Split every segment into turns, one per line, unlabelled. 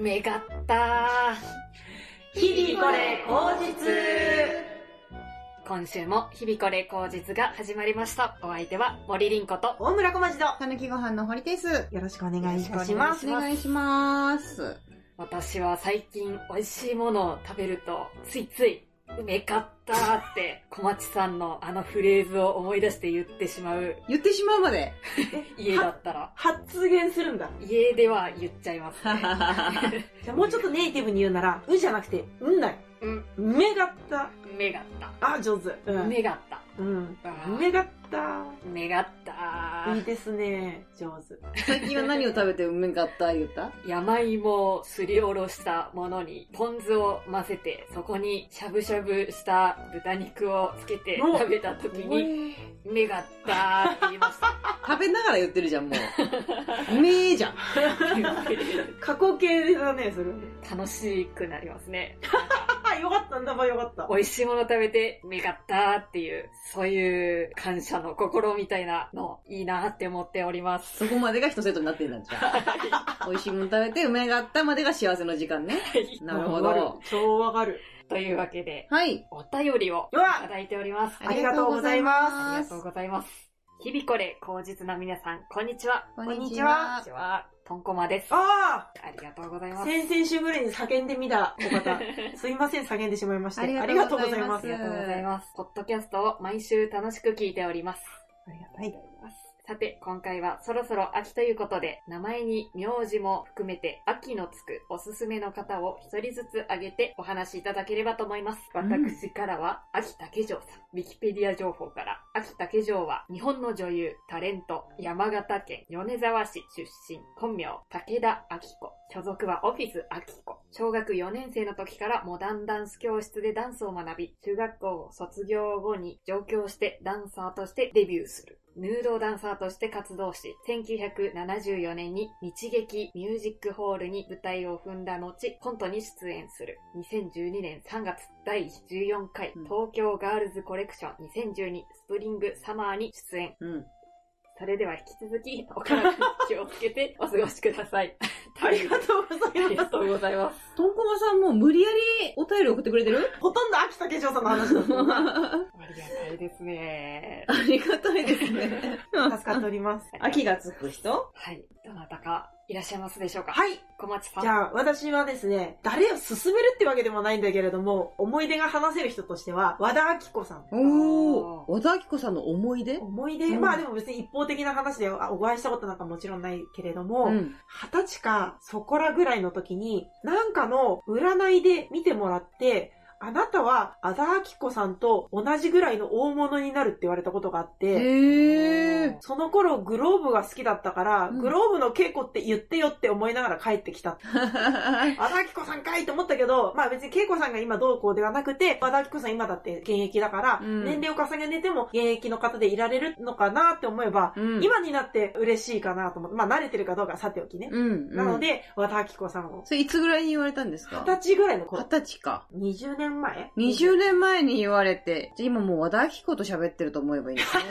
めかった
日々これ口実
今週も日々これ口実が始まりましたお相手は森凛子と
大村小町の
たぬきご飯の堀です。
よろしくお願いいたし
お
ます。
願いします。
私は最近美味しいものを食べるとついついうめかったって小町さんのあのフレーズを思い出して言ってしまう
言ってしまうまで。
家だった ら
発言するんだ。
家では言っちゃいますね
じゃあもうちょっとネイティブに言うなら、うじゃなくて、うんだよ。
うん
めがった。
めがった
あ、上手。うん。
めがった
うん。
あ
めがった。
ーめがった
いいですね。上手。
最近は何を食べてうめかった言った
山芋をすりおろしたものにポン酢を混ぜてそこにしゃぶしゃぶした豚肉をつけて
お
食べた時に「目がった」って言いました
食べながら言ってるじゃん、もう。 めーじゃん。
過去形だね、それ。
楽しくなりますね
あ、よかったんだば、よかった。
美味しいもの食べて「目がった」っていうそういう感謝の心みたいなのいいなって思っております
そこまでが一セットになってんだじゃん。美味しいもの食べてうめがったまでが幸せの時間ね。なるほ
わか
ど。
超わかる。
というわけで
はい。
お便りを
う
い
わ
ただいております
ありがとうござい
あ
ま
りがとうございます日々これ口実な皆さんこんにちは
こ
ん
ん
に
に
ち
ち
こん
は
は
にち。はとんこまです
あ
ありがとうござい
あ
ます。
先々週ぐらいに叫んでみたお 方。すいません、叫んでしまいまして。あ
あ
り
り
が
が
と
と
う
うご
ござ
ざ
い
い
ま
ますす。
ありがとうございます。ポッドキャストを毎週楽しく聞いております。
ありがたい。
さて、今回はそろそろ秋ということで、名前に名字も含めて秋のつくおすすめの方を一人ずつ挙げてお話しいただければと思います。
うん
私からは、秋竹城さん。ウィキペディア情報から、秋竹城は日本の女優、タレント、山形県米沢市出身、本名、武田明子。所属はオフィス明子。小学4年生の時からモダンダンス教室でダンスを学び、中学校を卒業後に上京してダンサーとしてデビューする。ヌードダンサーとして活動し、1974年に日劇ミュージックホールに舞台を踏んだ後、コントに出演する。2012年3月第14回
うん
東京ガールズコレクション2012スプリングサマーに出演。
うん。
それでは引き続き、お体に気をつけてお過ごしください。
ありがとうござ
あ
い
りが
ます。
とうございます。
とんこまさんもう無理やりお便り送ってくれてる
ほとんど秋田健丈さんの話だったもんな
あ
ありがたいですね。
りがたいですね。
助か っております。
秋
がつく人
はい。どなたかいらっしゃいますでしょうかい。
はい。
小町さん。
じゃあ、私はですね、誰を勧めるってわけでもないんだけれども、思い出が話せる人としては、和田明子さん。
おー。和田明子さんの思い出
思い出、
うん
まあでも別に一方的な話であお会いしたことなんかもちろんないけれども、
うん。
二十歳かそこらぐらいの時に、なんかの占いで見てもらって、あなたは、和田明子さんと同じぐらいの大物になるって言われたことがあって、
へー。
その頃グローブが好きだったから、
うん
グローブの稽古って言ってよって思いながら帰ってきた。和田明子さんかいと思ったけど、まあ別に恵子さんが今どうこうではなくて、和田明子さん今だって現役だから、
うん
年齢を重ねても現役の方でいられるのかなって思えば、
うん、
今になって嬉しいかなと思って、まあ慣れてるかどうかはさておきね。
うん、うん。
なの、で、和田明子さんを。
それいつぐらいに言われたんですか
二十歳ぐらいの
二
頃。
十歳か。
20年前
20年前に言われて、じゃあ今もう和田明子と喋ってると思えばいいんです ね。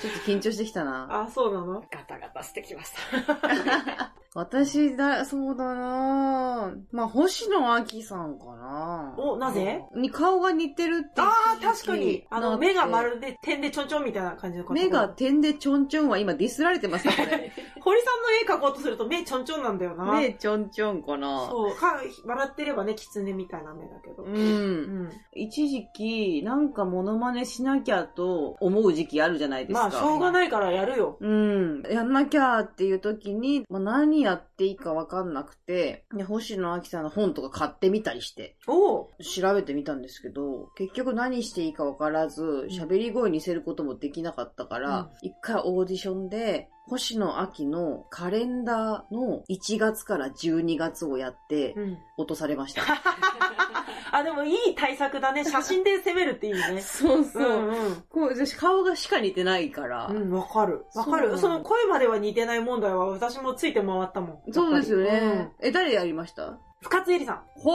ちょっと緊張してきたな。
あ、そうなの
ガタガタしてきました。
私だ、そうだなまあ、星野明さんかな
お、なぜ
に顔が似てるって。
ああ、確かに。あ
な
の、
って
目がまるで点でちょんちょんみたいな感じの方
目が、点でちょんちょんは今ディスられてますね、これ。
堀さんの絵描こうとすると目ちょんちょんなんだよ な。
目ちょんちょんかな
そう。か、笑ってればね、狐みたいな目だけど。
う。
うんん。
一時期、なんかモノマネしなきゃと思う時期あるじゃないです
ま
か。
あ、しょうがないからやるよ。
うん。やんなきゃーっていう時に、まあ、何やっていいかわかんなくて、で星野明さんの本とか買ってみたりして、
おう
調べてみたんですけど、結局何していいかわからず、喋り声にせることもできなかったから、一、回オーディションで、星野明のカレンダーの1月から12月をやって、
ん。
落とされました。
あ、でもいい対策 だね。写真で攻めるっていいね。
そうそうう。
んうん。
こう私顔がしか似てないから、
うん、わかる。わかる。そ
そうなの
の声までは似てない問題は私もついて回ったもん。
そうですよ
やっぱり
ね。。え、誰やりました
うん深津絵里さん。
ほ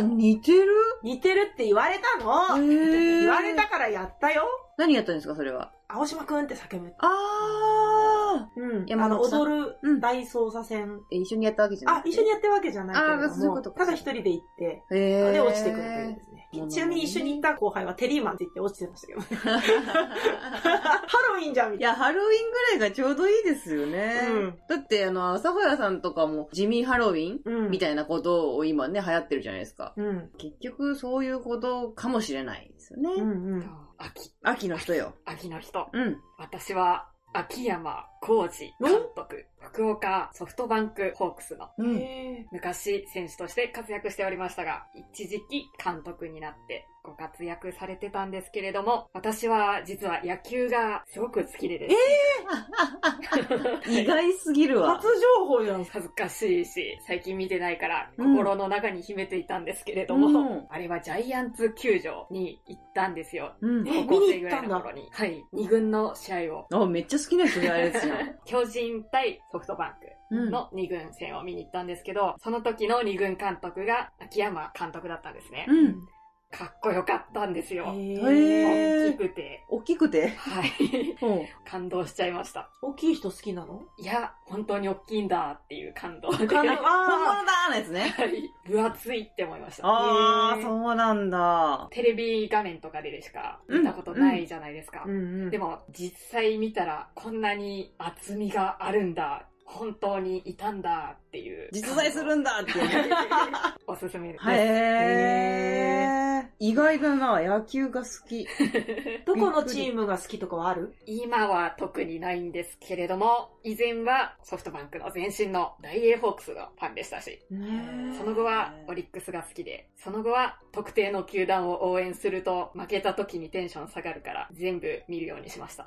ー、似てる
似てるって言われたの、言
言
われたからやったよ。
何やったんですか、それは。
青島くんって叫ぶ。
ああ
うん。あ
山
の、
本さん
踊る
うん
大捜査線。
え一緒にやったわけじゃない
あ、一緒にやってるわけじゃないけ
あ
れ
ー
ど
そういうこ
も、
とか
ただ一人で行って、
へえ
で、落ちてくるというですね
なるほど。ね
ちなみに一緒に行った後輩はテリーマンって言って落ちて ましたけどね。ハロウィンじゃん み
い
たい
や、ハロウィンぐらいがちょうどいいですよね。
うん
だって、あの、朝早さんとかも、地味ハロウィン
な。うん
みたいなことを今ね、流行ってるじゃないですか。
うん。
結局、そういうことかもしれないですよね。
うんうん。
秋、
秋の人よ。
秋の人。
うん。
私は、秋山浩二監督、福岡ソフトバンクホークスの
うん。
へ
昔選手として活躍しておりましたが、一時期監督になってご活躍されてたんですけれども、私は実は野球がすごく好きでです。
意 外すぎる
ー
わ
初。情報じゃん。
恥ずかしいし、最近見てないから、
うん
心の中に秘めていたんですけれども、
うん
あれはジャイアンツ球場に行ったんですよ。
うん。
え
高校生ぐらいの頃に。はい。二軍の試合を、
あ、めっちゃ好きな人じゃないです よ。
巨人対ソフトバンク。
うん。
の二軍戦を見に行ったんですけど、その時の二軍監督が秋山監督だったんですね。
うん。
かっこよかったんですよ。
へー
へー
大きくて、
大きくて。
はい。
うん。
感動しちゃいました。
大きい人好きなの
いや、本当に大きいんだっていう感動で。
感動
は
本
あ
物だーのやつね。
い。分厚いって思いました。
あ
へ
ー、
ー
そうなんだ。
テレビ画面とかでしか見たことないじゃないですか。
ーうんうん。
でも、実際見たらこんなに厚みがあるんだ。本当にいたんだっていう。
実在するんだって。
おすすめです。
へー。意外だな、野球が好 き。
どこのチームが好きとかはある
今は特にないんですけれども、以前はソフトバンクの前身のダイエーホークスのファンでしたし、
ー
その後はオリックスが好きで、その後は特定の球団を応援すると負けた時にテンション下がるから全部見るようにしま した。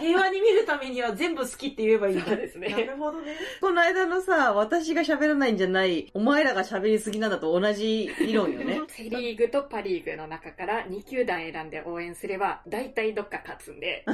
平和に見るためには全部好きって言えばいいんだ
そうですね。
なるほどね。
この間のさ、私が喋らないんじゃない、お前らが喋りすぎなんだと同じ理論よね
セリーグとパリーグの中から2球団選んで応援すれば、大体どっか勝つん で、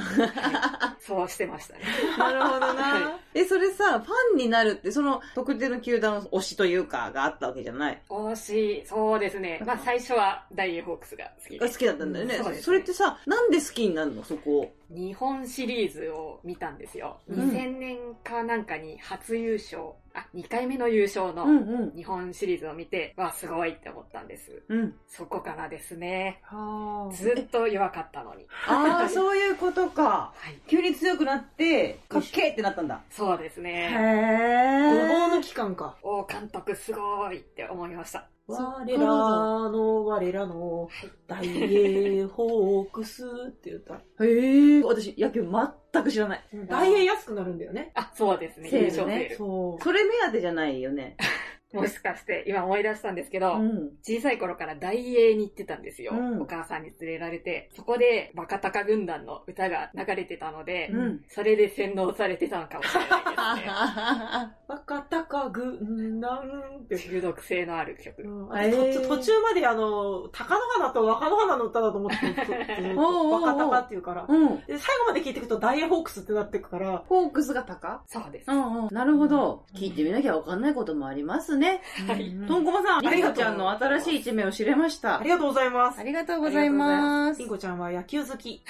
そうしてましたね。
なるほ ど
は
な。え、それさ、ファンになるって、その特定の球団推しというか、があったわけじゃない。
惜しい、そうですね。まあ最初はダイエーホークスが好き
が
で
好きだったんだよね。
うんそう
そ
ですね
れってさ、なんで好きになるのそこ。
日本シリーズを見たんですよ。
うん
2000年かなんかに初優勝、あ、2回目の優勝
う
の
うん。
日本シリーズを見て、わあ、すごいって思ったんです。
うん。
そこからですね。
はー
ずっと弱かったのに。
ああ、そういうことか。
はい。
急に強くなって、かっけーってなったんだ。
そうです
へ
ね。
ごぼ
ー。
うの期間か。
お監督すごいって思いました。
我らの我ら
は
の
い。
大英ホークスって言った。
へえ、私、野球全く知らない。
大英安くなるんだよね。
あ、そうですね。
セー
優
ルね
勝セール。
そ
それ目当てじゃないよね。
もしかして、今思い出したんです けど、
ん。
小さい頃から大英に行ってたんですよ。
うん
お母さんに連れられて、そこでバカタカ軍団の歌が流れてたので、
うん。
それで洗脳されてたのかもしれないですね。
う。バカ高軍団って。
中毒性のある曲。
うん
えー
途途中まであの、高野花と若野花の歌だと思ってたず っ
おうおうおう
とバカ高っていうから。
うん。
で、最後まで聞いていくと大英ホークスってなってくから。
フォークスが高
そうです。
んうん。なるほど。聞いてみなきゃわかんないこともありますね。
い
うん
とんこまさん、
あ
り
り
ん
がと
こち
う
ゃんの新しい一面を知れました。
ありがとうございます
あ。りがとうございます
りん。こちゃんは野球好き。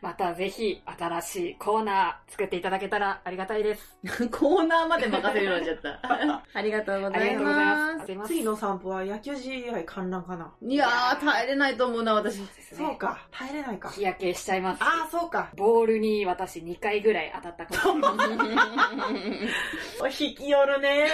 またぜひ新しいコーナー作っていただけたらありがたいです。
コーナーまで任せるようになっちゃった。 ありがとうご
あ
ざ
り
い
がとうございます。あり
ま
がとうございます
次の散歩は野球試合観覧かな。
す。いやー、耐えれないと思うな、私。
ですね
そうか。耐えれないか。
日焼けしちゃいます。
ああ、そうか。
ボールに私2回ぐらい当たった ことがあります
お引き寄るね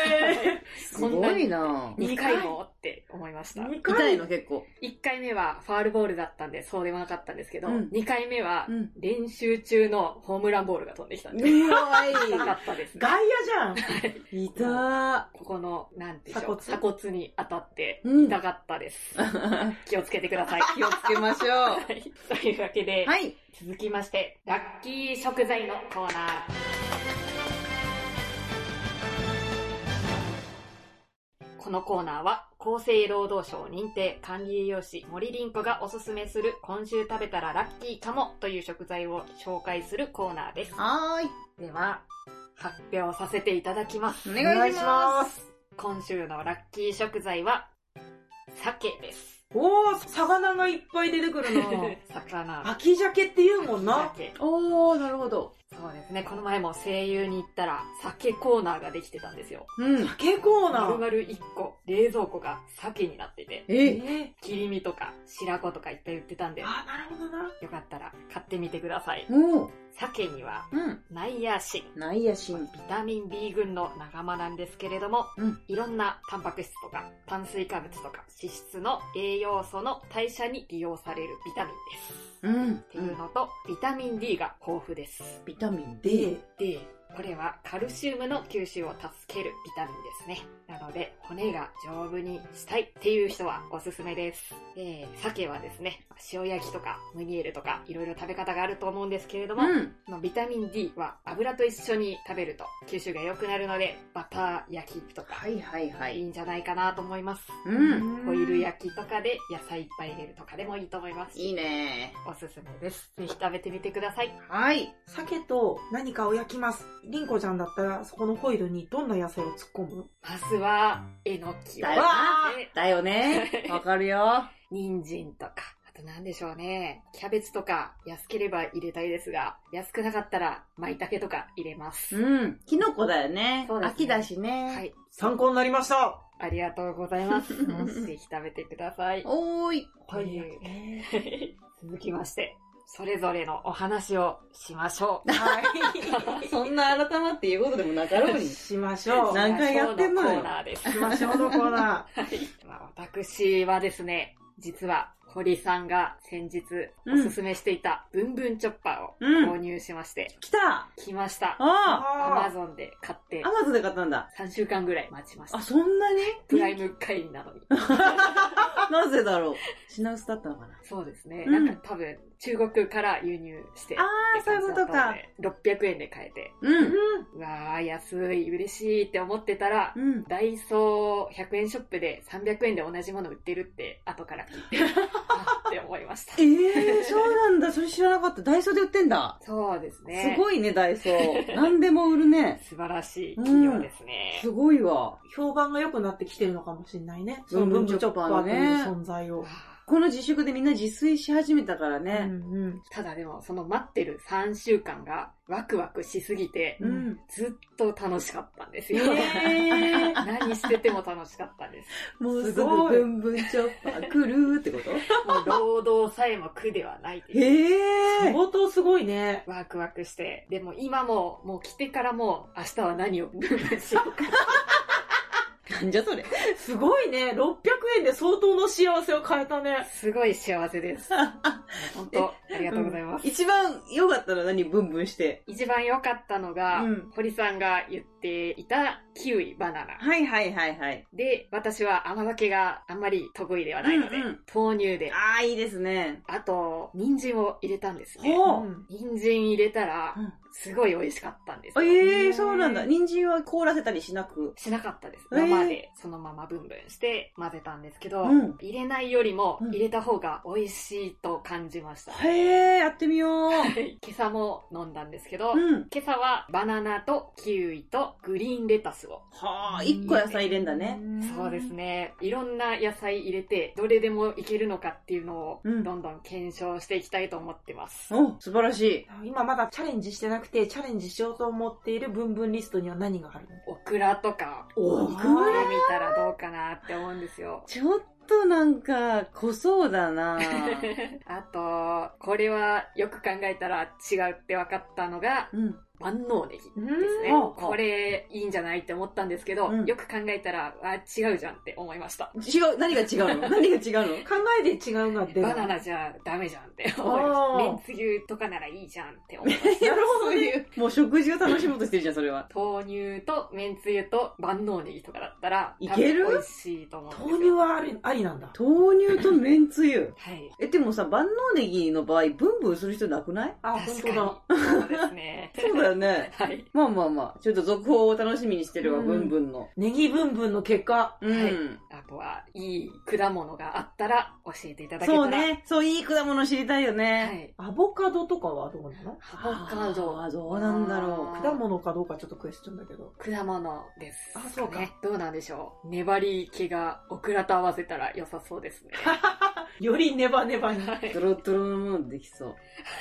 すごいな
2回もって思いました。
ー。
痛いの結構。
1回目はファールボールだったんでそうでもなかったんですけど、
うん
2回目は
うん。
練習中のホームランボールが飛んできたん
う
で、
わ
痛かったです。
外野じゃん。
い。痛ー。
ここの、なんでしょう、鎖
鎖
骨に当たって、
うん
痛かったです。気をつけてください。
気を つけましょう。
はいというわけで、
はい。
続きまして、ラッキー食材のコーナー。このコーナーは、厚生労働省認定管理栄養士森凛子がおすすめする今週食べたらラッキーかもという食材を紹介するコーナーです。
はーい。
では、発表させていただきます。
お願いします。
今週のラッキー食材は、鮭です。
おー、魚 がいっぱい出てくるな
魚。
秋鮭って言うもんな。
鮭。
おー、なるほど。
そうですね。この前も声優に行ったら、酒コーナーができてたんですよ。
うん。
酒コーナ
丸
ー
々1個、冷蔵庫が酒になってて、
え、
え
切り身とか白子とかいっぱい売ってたんで、
ー、
よ
あ、なるほどな。
かったら買ってみてください。
もう、
鮭には、
うん。
ナイアシン。
ないやしん。
ビタミン B 群の仲間なんですけれども、
うん
いろんなタンパク質とか炭水化物とか脂質の栄養素の代謝に利用されるビタミンです。
うん。
っていうのと、ビタミン D が豊富です。
ビタミン D。
で、
で、これはカルシウムの吸収を助けるビタミンですね。なので、骨が丈夫にしたいっていう人はおすすめです。で、鮭はですね、塩焼きとかムニエルとかいろいろ食べ方があると思うんですけれども、
うん。
まあビタミン D は油と一緒に食べると吸収が良くなるので、バター焼きとか
はいはいはい
い
い。
んじゃないかなと思います。
うん。
ホイル焼きとかで野菜いっぱい入れるとかでもいいと思います。
いいね。
おすすめです。ぜひ食べてみてください。
はい。
鮭と何かを焼きます。りんこちゃんだったら、そこのホイルにどんな野菜を突っ込む
まずは、えのきを
だ
よ
入れて、
だよ ね。わかるよ。
人参とか、あと何でしょうね。キャベツとか安ければ入れたいですが、安くなかったら舞茸とか入れます。
うん。キノコだよね。
そうですね
秋だしね。
は。い。
参考になりました
ありがとうございます。ぜひ食べてください。
おーい。
ホイル焼きね。
続きまして、それぞれのお話をしましょう。
は
そんな改まって言うことでもなかろう
い。
に。
しましょ う。
何回やってんのよ
コーナーです。
しましょうのコ ーナ
まあ私はですね、実は、堀さんが先日おすすめしていたブンブンチョッパーを購入しまして、
来た
来ました。
ー。
あ
アマ
あ
ゾンで買って
あ。ア、マゾンで買ったんだ。
3週間ぐらい待ちました
あ、。そんなに
プライム会員なのに。
なぜだろう。品薄だったのかな。
そうですね。
うん
なんか多分、中国から輸入して。
あーそういうことか。
600円で買えて。
う
ー。
ん。
うん。
うわー、安い、嬉しいって思ってたら、
うん。
ダイソー100円ショップで300円で同じもの売ってるって後から聞い て、あって思いました
え。えー、そうなんだ。それ知らなかった。ダイソーで売ってんだ。
そうですね。
すごいね、ダイソー。何でも売るね。
素晴らしい企業ですね。
すごいわ。
評判が良くなってきてるのかもしれないね。
ブンブンチョッパーの
と
ね
いう存在を。
この自粛でみんな自炊し始めたからね。
うん
ただでも、その待ってる3週間がワクワクしすぎて、
うん
ずっと楽しかったんです
え
よ。
え
何してても楽しかったん です。
もうす
す
ぐ
ごい
ブンブンチョッパー来るってこと
もう労働さえも苦ではないっていう。
え
うん。
え
相当すごいね。
ワクワクして。でも今も、もう来てからも、明日は何をしようか。
なんじゃそれ。
すごいね。600円で相当の幸せを変えたね。
すごい幸せです。本当、ありがとうございます。
一番良かったのは何ブンブンして。
一番良かったのが、
うん
堀さんが言っていたキウイバナナ。
はいはいはいはい。
で、私は甘酒があんまり得意ではないので、
うんうん
豆乳で、
ああ、いいですね。
あと、人参を入れたんですね。
ほう
うん
人参入れたら
うん、
すごい美味しかったんですよ。
ええそうなんだ。人参は凍らせたりしなく。
しなかったです。
えー
生でそのままブンブンして混ぜたんですけど、
うん
入れないよりも
うん
入れた方が美味しいと感じました。
へえ、やってみよう。
今朝も飲んだんですけど、
うん。
今朝はバナナとキウイとグリーンレタスを。
はあ、一個野菜入れんだね。。
そうです。ね。いろんな野菜入れて、どれでもいけるのかっていうのを、
うん
どんどん検証していきたいと思ってます。
お、素晴らしい。
今まだチャレンジしてなくて、チャレンジしようと思っているブンブンリストには何が入るの
オクラとか、
オ
見
ク
て
ラ
みたらどうかなって思うんですよ。
ちょっとなんか、濃そうだ な
あと、これはよく考えたら違うって分かったのが、
うん。
万能ネギ。です
う
ね
うんあ。あ
これいいんじゃないって思ったんですけど、
うん
よく考えたら、あ、違うじゃんって思いました。
違う、何が違う の何が違うの
考えで違うが出る。
バナナじゃダメじゃんって思いました。
あ
め
ー
んつゆとかならいいじゃんって思いま した。
なるほどね。
もう食事を楽しもうとしてるじゃん、それは。
豆乳とめんつゆと万能ネギとかだったら、
いける
多分美味しいと思うんです
豆
よ。
乳はありありなんだ。
豆乳とめんつゆ。
はい。
え、でもさ、万能ネギの場合、ブンブンする人なくない。
あ、本
確
当だ。
かに。そうですね
そうだよね。
はい。
まあまあまあ、ちょっと続報を楽しみにしてるわ、
うん
ブンブンの。
ネギブンブンの結果。
うん。
はいあとは、いい果物があったら教えていただけたら。
そう。ね。そう、いい果物知りたいよ
は
ね。
い。
アボカドとかはどうなの
アボカド
あーどうなんだろ
あー
果物かどうかちょっとクエスチョンだけど。
果物です、
あそうか
ね。どうなんでしょう。粘り気がオクラと合わせたら良
。
さそうですね。
よりネバネバに。
はいう
ドロドロのものできそう。
は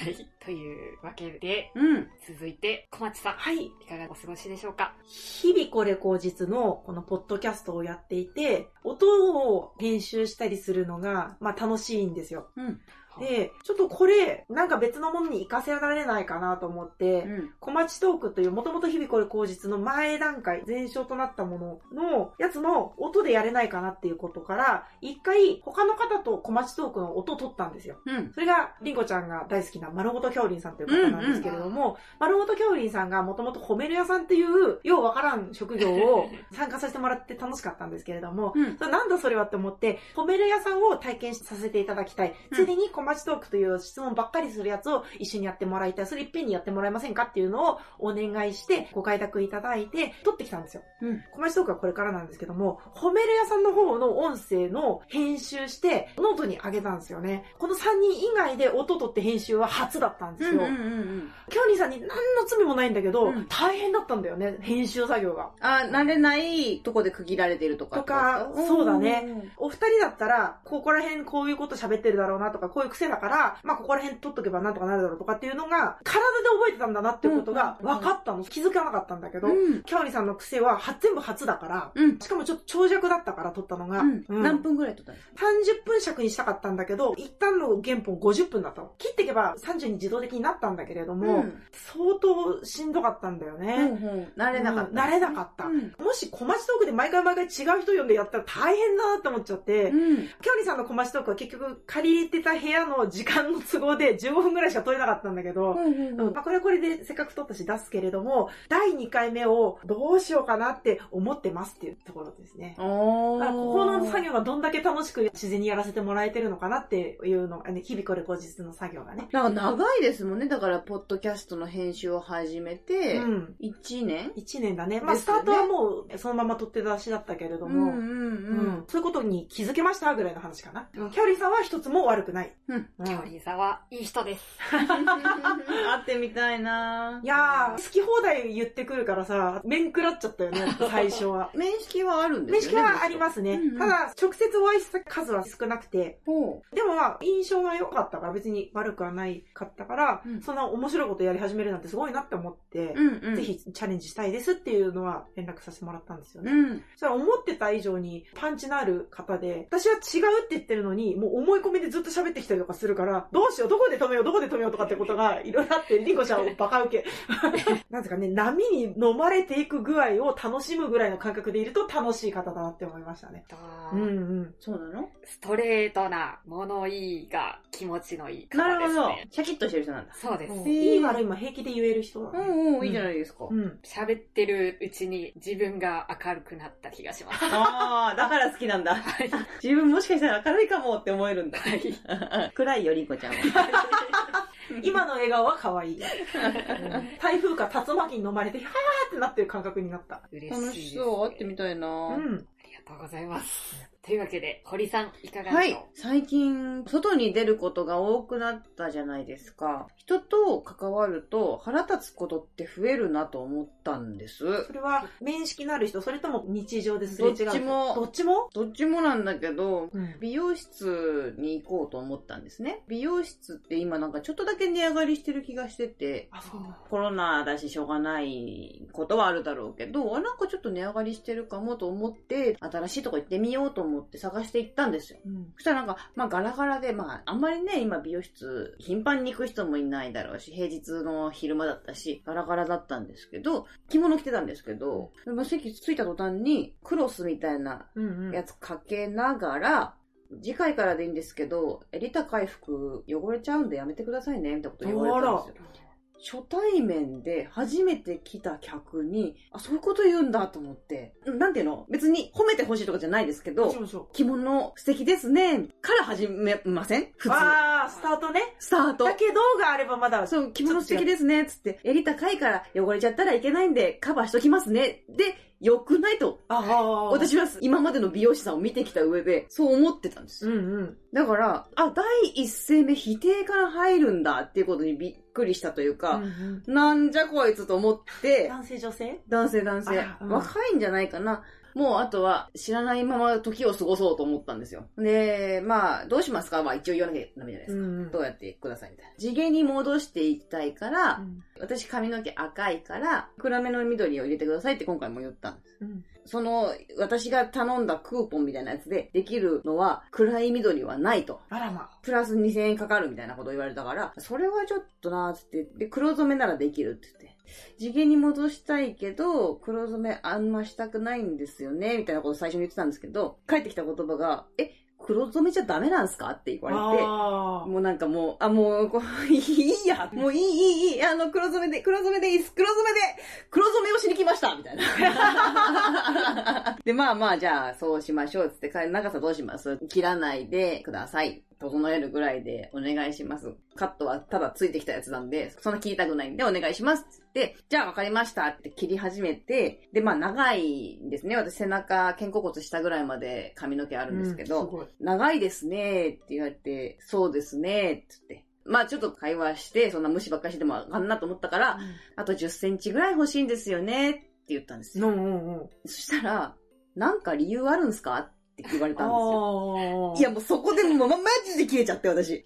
い。というわけで、
うん。
続いて、小町さん、
はい。
いかがお過ごしでしょうか
日々これ後日のこのポッドキャストをやっていて、音を編集したりするのが、まあ楽しいんですよ。
うん。
で、ちょっとこれ、なんか別のものに活かせられないかなと思って、
うん。
小町トークというもともと日々これ口実の前段階、前哨となったもののやつの音でやれないかなっていうことから、一回他の方と小町トークの音を取ったんですよ。
うん。
それが、りんこちゃんが大好きな丸ごときょうりんさんという方なんですけれども、丸ごときょうりんさんがもともと褒める屋さんっていう、ようわからん職業を参加させてもらって楽しかったんですけれども、
うん。
そうなんだそれはって思って、褒める屋さんを体験させていただきたい。
うん
ついでに小町トークという質問ばっかりするやつを一緒にやってもらいたい。それいっぺんにやってもらえませんかっていうのをお願いして、ご開拓いただいて、撮ってきたんですよ。
うん
小町トークはこれからなんですけども、褒める屋さんの方の音声の編集して、ノートに上げたんですよね。この3人以外で音取って編集は初だったんですよ。
うん。
きょうりんさんに何の罪もないんだけど、
うん
大変だったんだよね、編集作業が。
あ、慣れないとこで区切られてるとか。
とかそうだね。お二人だったら、ここら辺こういうこと喋ってるだろうなとか、こういう癖だから、まあここら辺取っとけばなんとかなるだろうとかっていうのが、体で覚えてたんだなってことが
うんうんうん
分かったの。気づかなかったんだけど
う、ん。
キャオリさんの癖はは全部初だから、
うん。
しかもちょっと長尺だったから取ったのが、
うん。何
何分
分ぐらいとったんですか
30分尺にしたかったんだけど、一旦の原本50分だったの。切っていけば30に自動的になったんだけれども、相当しんどかったんだよ
うん。
ね。
うん。慣れなかった。
うん慣れなかった。
うん。
もし小町トークで毎回毎回違う人呼んでやったら大変だなって思っちゃって、
うん。
きょうりさんの小町トークは結局借りてた部屋の時間の都合で15分ぐらいしか撮れなかったんだけど、
うん。
うんまあ、これはこれでせっかく撮ったし出すけれども、第2回目をどうしようかなって思ってますっていうところですね。だ
お
からここの作業がどんだけ楽しく自然にやらせてもらえてるのかなっていうのがね、日々これ後日の作業がね。
なんか長いですもんね。だから、ポッドキャストの編集を始めて
う、ん。
1年
1年だね。まあ、
で
ス
す
タ
よね
ートはもうそのまま撮って出しだったけれども、うんそういうことに気づけましたぐらいの話かな。きょうりさんは一つも悪くない。
うん
う
キャオリーさんはいい人です。
会ってみたいない。
やー、好き放題言ってくるからさ、面食らっちゃったよね、最初は
面識はあるんで
面
すよ
識
ね
はありますね。
うんうん
ただ、直接お会いした数は少なくて。
ほ
でもまあ、印象が良かったから、別に悪くはないかったから、
うん
そんな面白いことやり始めるなんてすごいなって思って
う。、うんうん。
ぜ。ひチャレンジしたいですっていうのは連絡させてもらったんですよね。
うん。
それは思ってた以上にパンチのある方で、私は違うって言ってるのに、もう思い込みでずっと喋ってきたりとかするから、どうしよう、どこで止めよう、どこで止めようとかってことがいろいろあって、リンコちゃんをバカ 受け。なんですかね、波に飲まれていく具合を楽しむぐらいの感覚でいると楽しい方だなって思いましたね。
と
うんうん。
そうなの
ストレートな物言いが気持ちのいい
な
方
る
で
ほ
す
ど
ね。。
シャキッとしてる人なんだ。
そうです。
ー
いい悪いも平気で言える人だ
う
ね。
んうん、いいじゃないですか。
うん。
喋ってるうちに自分が明るくなった気がします。
ああ、だから好きなんだ。自分もしかしたら明るいかもって思えるんだ。
はい。
暗いよ、りんこちゃんは。
今の笑顔は可愛い。うん台風か竜巻に飲まれて、はーってなってる感覚になった。
嬉しいです、
楽しそう。会ってみたいうな。
ん。
ありがとうございます。というわけで、堀さん、いかが
は
でしょう
い。最近、外に出ることが多くなったじゃないですか。人と関わると腹立つことって増えるなと思ったんです。
それは面識のある人、それとも日常ですれ違う人。
どっちも
どっちも
どっちもなんだけど、
うん。
美容室に行こうと思ったんですね。美容室って今なんかちょっとだけ値上がりしてる気がしてて、
あ、そうだ。
コロナだししょうがないことはあるだろうけど、あなんかちょっと値上がりしてるかもと思って、新しいとこ行ってみようと思って探して行ったんですよ。
うん。
そしたらなんか、まあガラガラで、まああんまりね、今美容室頻繁に行く人もいないだろうし、平日の昼間だったし、ガラガラだったんですけど、着物着てたんですけど、でも席着いた途端にクロスみたいな
うんうん。
やつかけながら、次回からでいいんですけど、リタ回復汚れちゃうんでやめてくださいね、みたいなこと言われたんですよ。初対面で初めて来た客に、あ、そういうこと言うんだと思って、うんなんていうの別に褒めてほしいとかじゃないですけ
も
ど
ち、ろんそう。
着物素敵ですね、から始めません普通。
あー、スタートね。
スタート
だ。けどがあればまだ。
そう、着物素敵ですね、つって、襟高いから汚れちゃったらいけないんで、カバーしときますね。で、良くないと
ああ、。
私は今までの美容師さんを見てきた上で、そう思ってたんです
う
よ。
んうん。
だから、あ、第一声目否定から入るんだっていうことにびっくりしたという
うん
か、
うん
なんじゃこいつと思って、
男性女性
男性男性
あ、うん
若いんじゃないかな。もうあとは知らないまま時を過ごそうと思ったんですよ。で、まあ、どうしますかまあ一応言わなきゃダメじゃないですか。
ん
どうやってくださいみたいな。地毛に戻していきたいから、
うん
私髪の毛赤いから、暗めの緑を入れてくださいって今回も言ったんです。
うん
その、私が頼んだクーポンみたいなやつでできるのは、暗い緑はないと。
あらま。
プラス2000円かかるみたいなことを言われたから、それはちょっとなーって言って、で、黒染めならできるって言って。地毛に戻したいけど、黒染めあんましたくないんですよね、みたいなことを最初に言ってたんですけど、帰ってきた言葉が、え、黒染めじゃダメなんすかって言われて、
あー
もうなんかもう、あ、もう、こう いいや、もういい、いい、いい、あの、黒染めで、黒染めでいいです、黒染めで、黒染めをしに来ましたみたいな。 で、まあまあ、じゃあ、そうしましょう、つって、か長さどうします切らないでください。整えるぐらいでお願いします。カットはただついてきたやつなんで、そんな切りたくないんでお願いします。つって、じゃあわかりましたって切り始めて、で、まあ長いんですね。私背中、肩甲骨下ぐらいまで髪の毛あるんですけど、
うんすごい
長いですねって言われて、そうですねって言って。まあちょっと会話して、そんな無視ばっかりしててもあかんなと思ったから、あと10センチぐらい欲しいんですよねって言ったんです
うん
よ。
うんうん。
そしたら、なんか理由あるんすかって言われたんですよ。
ああ。
いや、もうそこでもうマジで消えちゃって 私。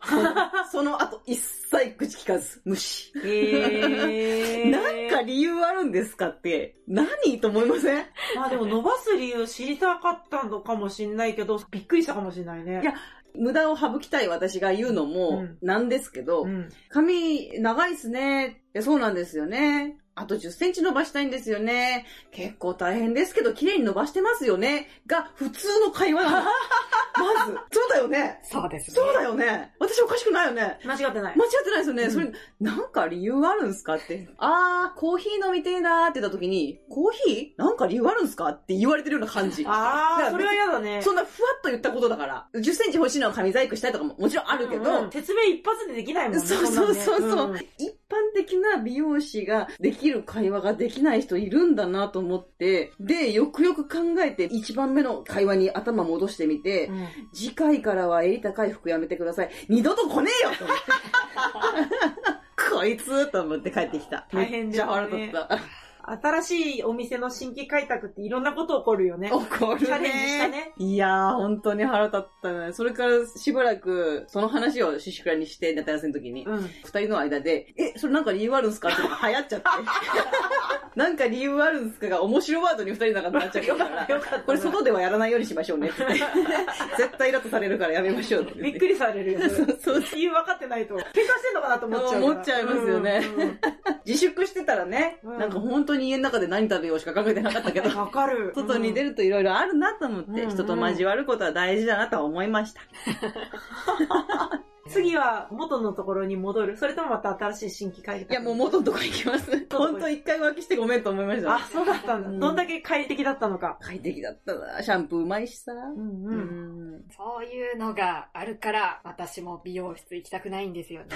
その後一切口聞かず、無視。
えー、
なんか理由あるんですかって、何と思いません
まあでも伸ばす理由知りたかったのかもしんないけど、びっくりしたかもしんないね。
いや無駄を省きたい私が言うのも
うん
なんですけど、
うん。
髪長いっすね。いや、そうなんですよね。あと10センチ伸ばしたいんですよね。結構大変ですけど、綺麗に伸ばしてますよね。が、普通の会話な の。まず、そうだよね。
そうですね。
そうだよね。私おかしくないよね。
間違ってない。
間違ってないですよね。
うん
それ、なんか理由あるんすかって。あー、コーヒー飲みてえなーって言った時に、コーヒーなんか理由あるんすかって言われてるような感じ。
あ
だか
あ、
ら
それは嫌だね。
そんなふわっと言ったことだから。10センチ欲しいのは紙細工したいとかももちろんあるけど、
うんうん説明一発でできないもんね。
そうそ
んな
うん
ね
そうそう、
んん
一般的な美容師ができる会話ができない人いるんだなと思って、で、よくよく考えて一番目の会話に頭戻してみて、
うん
次回からは襟高い服やめてください。二度と来ねえよと 思って。こいつと思って帰ってきた。
大
め
変
っち
です
ゃ
ね
腹立った。
新しいお店の新規開拓っていろんなこと起こるよね。
怒るね。
チャレンジしたね。
いやー、本当に腹立ったね。それからしばらく、その話をシシクラにして、夏休みの時に。
うん。
二人の間で、え、それなんか理由あるんすかってのが流行っちゃ って。なんか理由あるんすかが面白ワードに二人の中になっちゃうから、
よかった。
これ外ではやらないようにしましょうね って。絶対イラッとされるからやめましょうって
びっくりされるよね。
そうそう
理由分かってないと。喧嘩してんのかなと思っちゃうから。
思っちゃいますよね
うんうん
自粛してたらね、
うん
なんか本当に家の中で何食べようしか考えてなかったけど
うん。、わか る。
外に出
る。
ると色々あるなと思って、
うん
人と交わることは大事だなとは思いました。
次は元のところに戻る。それともまた新しい新規開拓。
いや、もう元のとこ行きます。 本当一回浮気してごめんと思いました。
あ、そうだったんだ。
うん
どんだけ快適だったのか。
快適だったな。シャンプーうまいしさ。
うん
う
うん。
ん
そういうのがあるから、私も美容室行きたくないんですよね。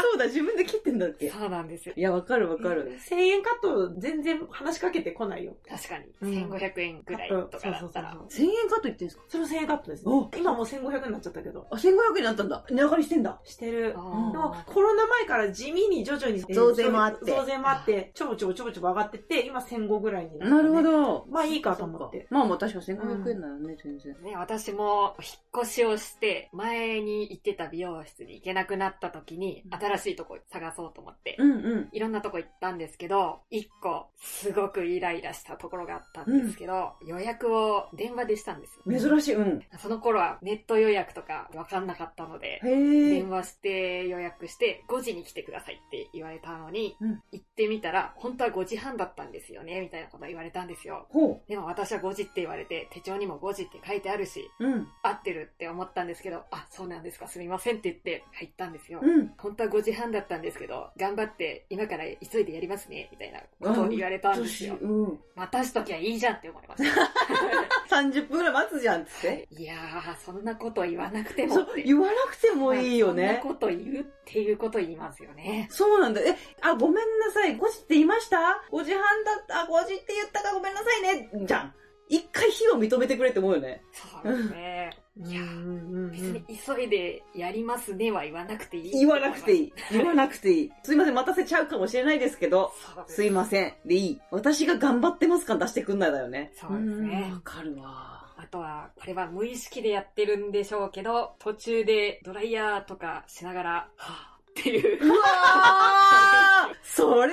そうだ、自分で切ってんだっけ
そうなんですよ。
いや、わかるわかる。
1000円カット全然話しかけてこないよ。
確かに。
うん
1500円ぐらいとかだったら。
そうそうそう
1000円カットいってんすか
それも1000円カットです
お
ね。今もう1500になっちゃったけど。
あ、1500円になったんだ。値上がりしてんだ。
してる。
ん
で
あ
もコロナ前から地味に徐々に
増税もあって
増税もあって、ちょぼちょぼちょぼちょぼ上がってって、今1005ぐらいになった
な
ね
るほ。ど。
まあいいかと思って。
まあもう確か1500円だよね、全然。
ーね、私も引っ越しをして、前に行ってた美容室に行けなくなった時に、新しいとこ探そうと思って、
うんうん。
いろんなとこ行ったんですけど、一個、すごくイライラしたところがあったんですけど、予約を電話でしたんですよ。
珍しい、うん。
その頃はネット予約とかわかんなかったので、
へえ
電。話して予約して5時に来てくださいって言われたのに、
うん
行ってみたら本当は5時半だったんですよねみたいなこと言われたんですよ
ほ
でも私は5時って言われて手帳にも5時って書いてあるし
う。うん。
合ってるって思ったんですけどあそうなんですかすみませんって言って入ったんですよ、
うん。
本当は5時半だったんですけど頑張って今から急いでやりますねみたいなことを言われたんですよ
うん。
待たしときゃいいじゃんって思いました
30分ぐらい待つじゃんっつって。
いやーそんなこと言わなくても
そう
って、
言わなくてもいいよね
そん。なこと言うっていうこと言いますよね
そうなんだ。え、あ、ごめんなさい。5時って言いました ?5 時半だった。あ、5時って言ったかごめんなさいね。じゃん。一回火を認めてくれって思うよね。
そうですね。いやー
うんうんうん
別に急いでやりますねは言わなくていい。
言わなくてい
い。
い。言わなくていい。すいません、待たせちゃうかもしれないですけど。
そうです
すいません。でいい。私が頑張ってます感出してくんないだよね。
そうですね
わ。かるわ。
あとは、これは無意識でやってるんでしょうけど、途中でドライヤーとかしながら、はぁっていう
う。わーそれは、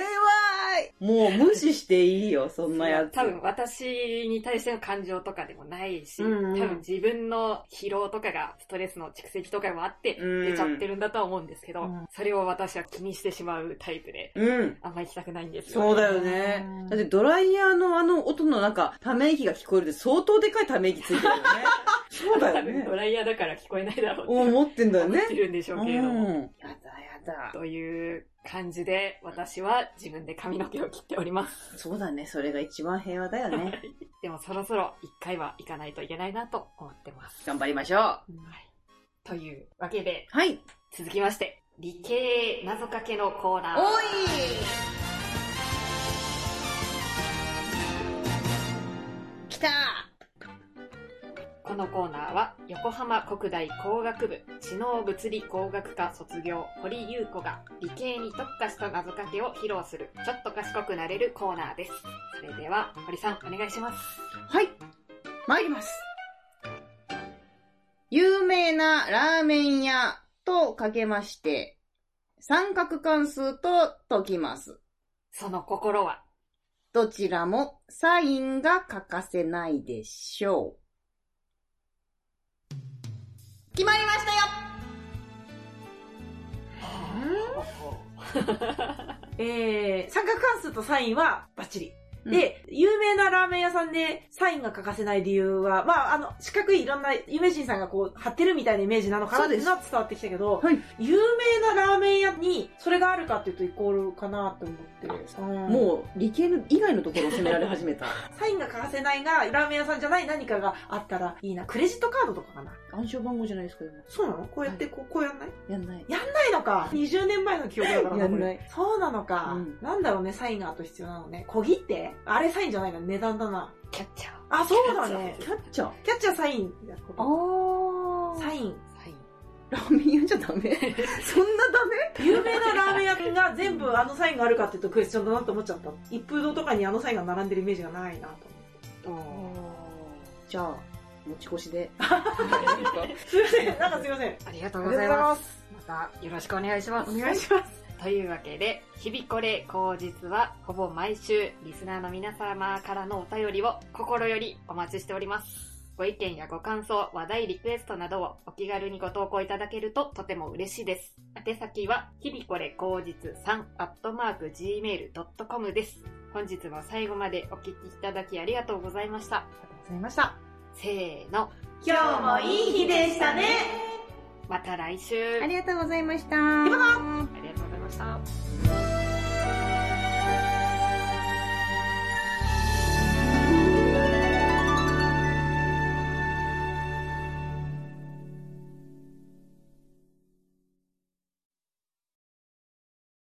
もう無視していいよ、そんなやつ。
多分私に対しての感情とかでもないし、
うんうん
多分自分の疲労とかがストレスの蓄積とかもあって
うん
出ちゃってるんだとは思うんですけど、
うん
それを私は気にしてしまうタイプで、
うん。
あんまり行きたくないんですよ、
そうだよね
うん。
だってドライヤーのあの音の中、ため息が聞こえるって相当でかいため息ついてる よね。そうだ
多
よ
分
ね
ド。ライヤーだから聞こえないだろうって
思ってんだよ
思
ね
っ。てるんでしょ
う。
うんけれども。
やだやだ。
という感じで、私は自分で髪の毛を切っております。
そうだね。それが一番平和だよね。
でもそろそろ一回は行かないといけないなと思ってます。
頑張りましょう。は
はい。というわけで、
い。
続きまして、理系謎かけのコーナー。
おい来た
このコーナーは、横浜国大工学部知能物理工学科卒業、堀優子が理系に特化した謎かけを披露する、ちょっと賢くなれるコーナーです。それでは、堀さん、お願いします。
はい。参ります。有名なラーメン屋とかけまして、三角関数と解きます。
その心は、
どちらもサインが欠かせないでしょう。決まりましたよ
えー、三角関数とサインはバッチリ。で、有名なラーメン屋さんでサインが欠かせない理由は、まあ、あの、四角いいろんな有名人さんがこう、貼ってるみたいなイメージなのかなっていうのは伝わってきたけど、
はい
有名なラーメン屋にそれがあるかっていうとイコールかなと思って、うん
もう理系の以外のところを責められ始めた。
サインが欠かせないが、ラーメン屋さんじゃない何かがあったらいいな。クレジットカードとかかな。
暗証番号じゃないですか、今。
そうなのこうやってこう、こうやんない
やんない。
ないのか。20年前の記憶だから
やん
これ
ない
そうなのか、
うん
なんだろうね、サインがあと必要なのね。小切手あれサインじゃないな、値段だな。
キャッチャー。
あ、そうだね。
キャッチャー。
キャッチャーサインだこと。
あ
サイン。
はい。
ラーメン屋じゃダ メそんなダメ
有名なラーメン屋が全部あのサインがあるかっていうとクエスチョンだなと思っちゃった。一風堂とかにあのサインが並んでるイメージがないなと思って。
じゃあ、持ち越し で。
すいません、なんかすいません。
ありがと
あ
うございます。
す。
またよろしくお願いします。
お願いしま す。
というわけで、日々これ口実は、ほぼ毎週、リスナーの皆様からのお便りを心よりお待ちしております。ご意見やご感想、話題リクエストなどをお気軽にご投稿いただけるととても嬉しいです。宛先は、日々これ口実3、アットマーク gmail.com です。本日も最後までお聞きいただきありがとうございました。
ありがとうございました。
せーの、
今日もいい日でしたね。
また来週。
ありがとうございました。
ありがとうございました。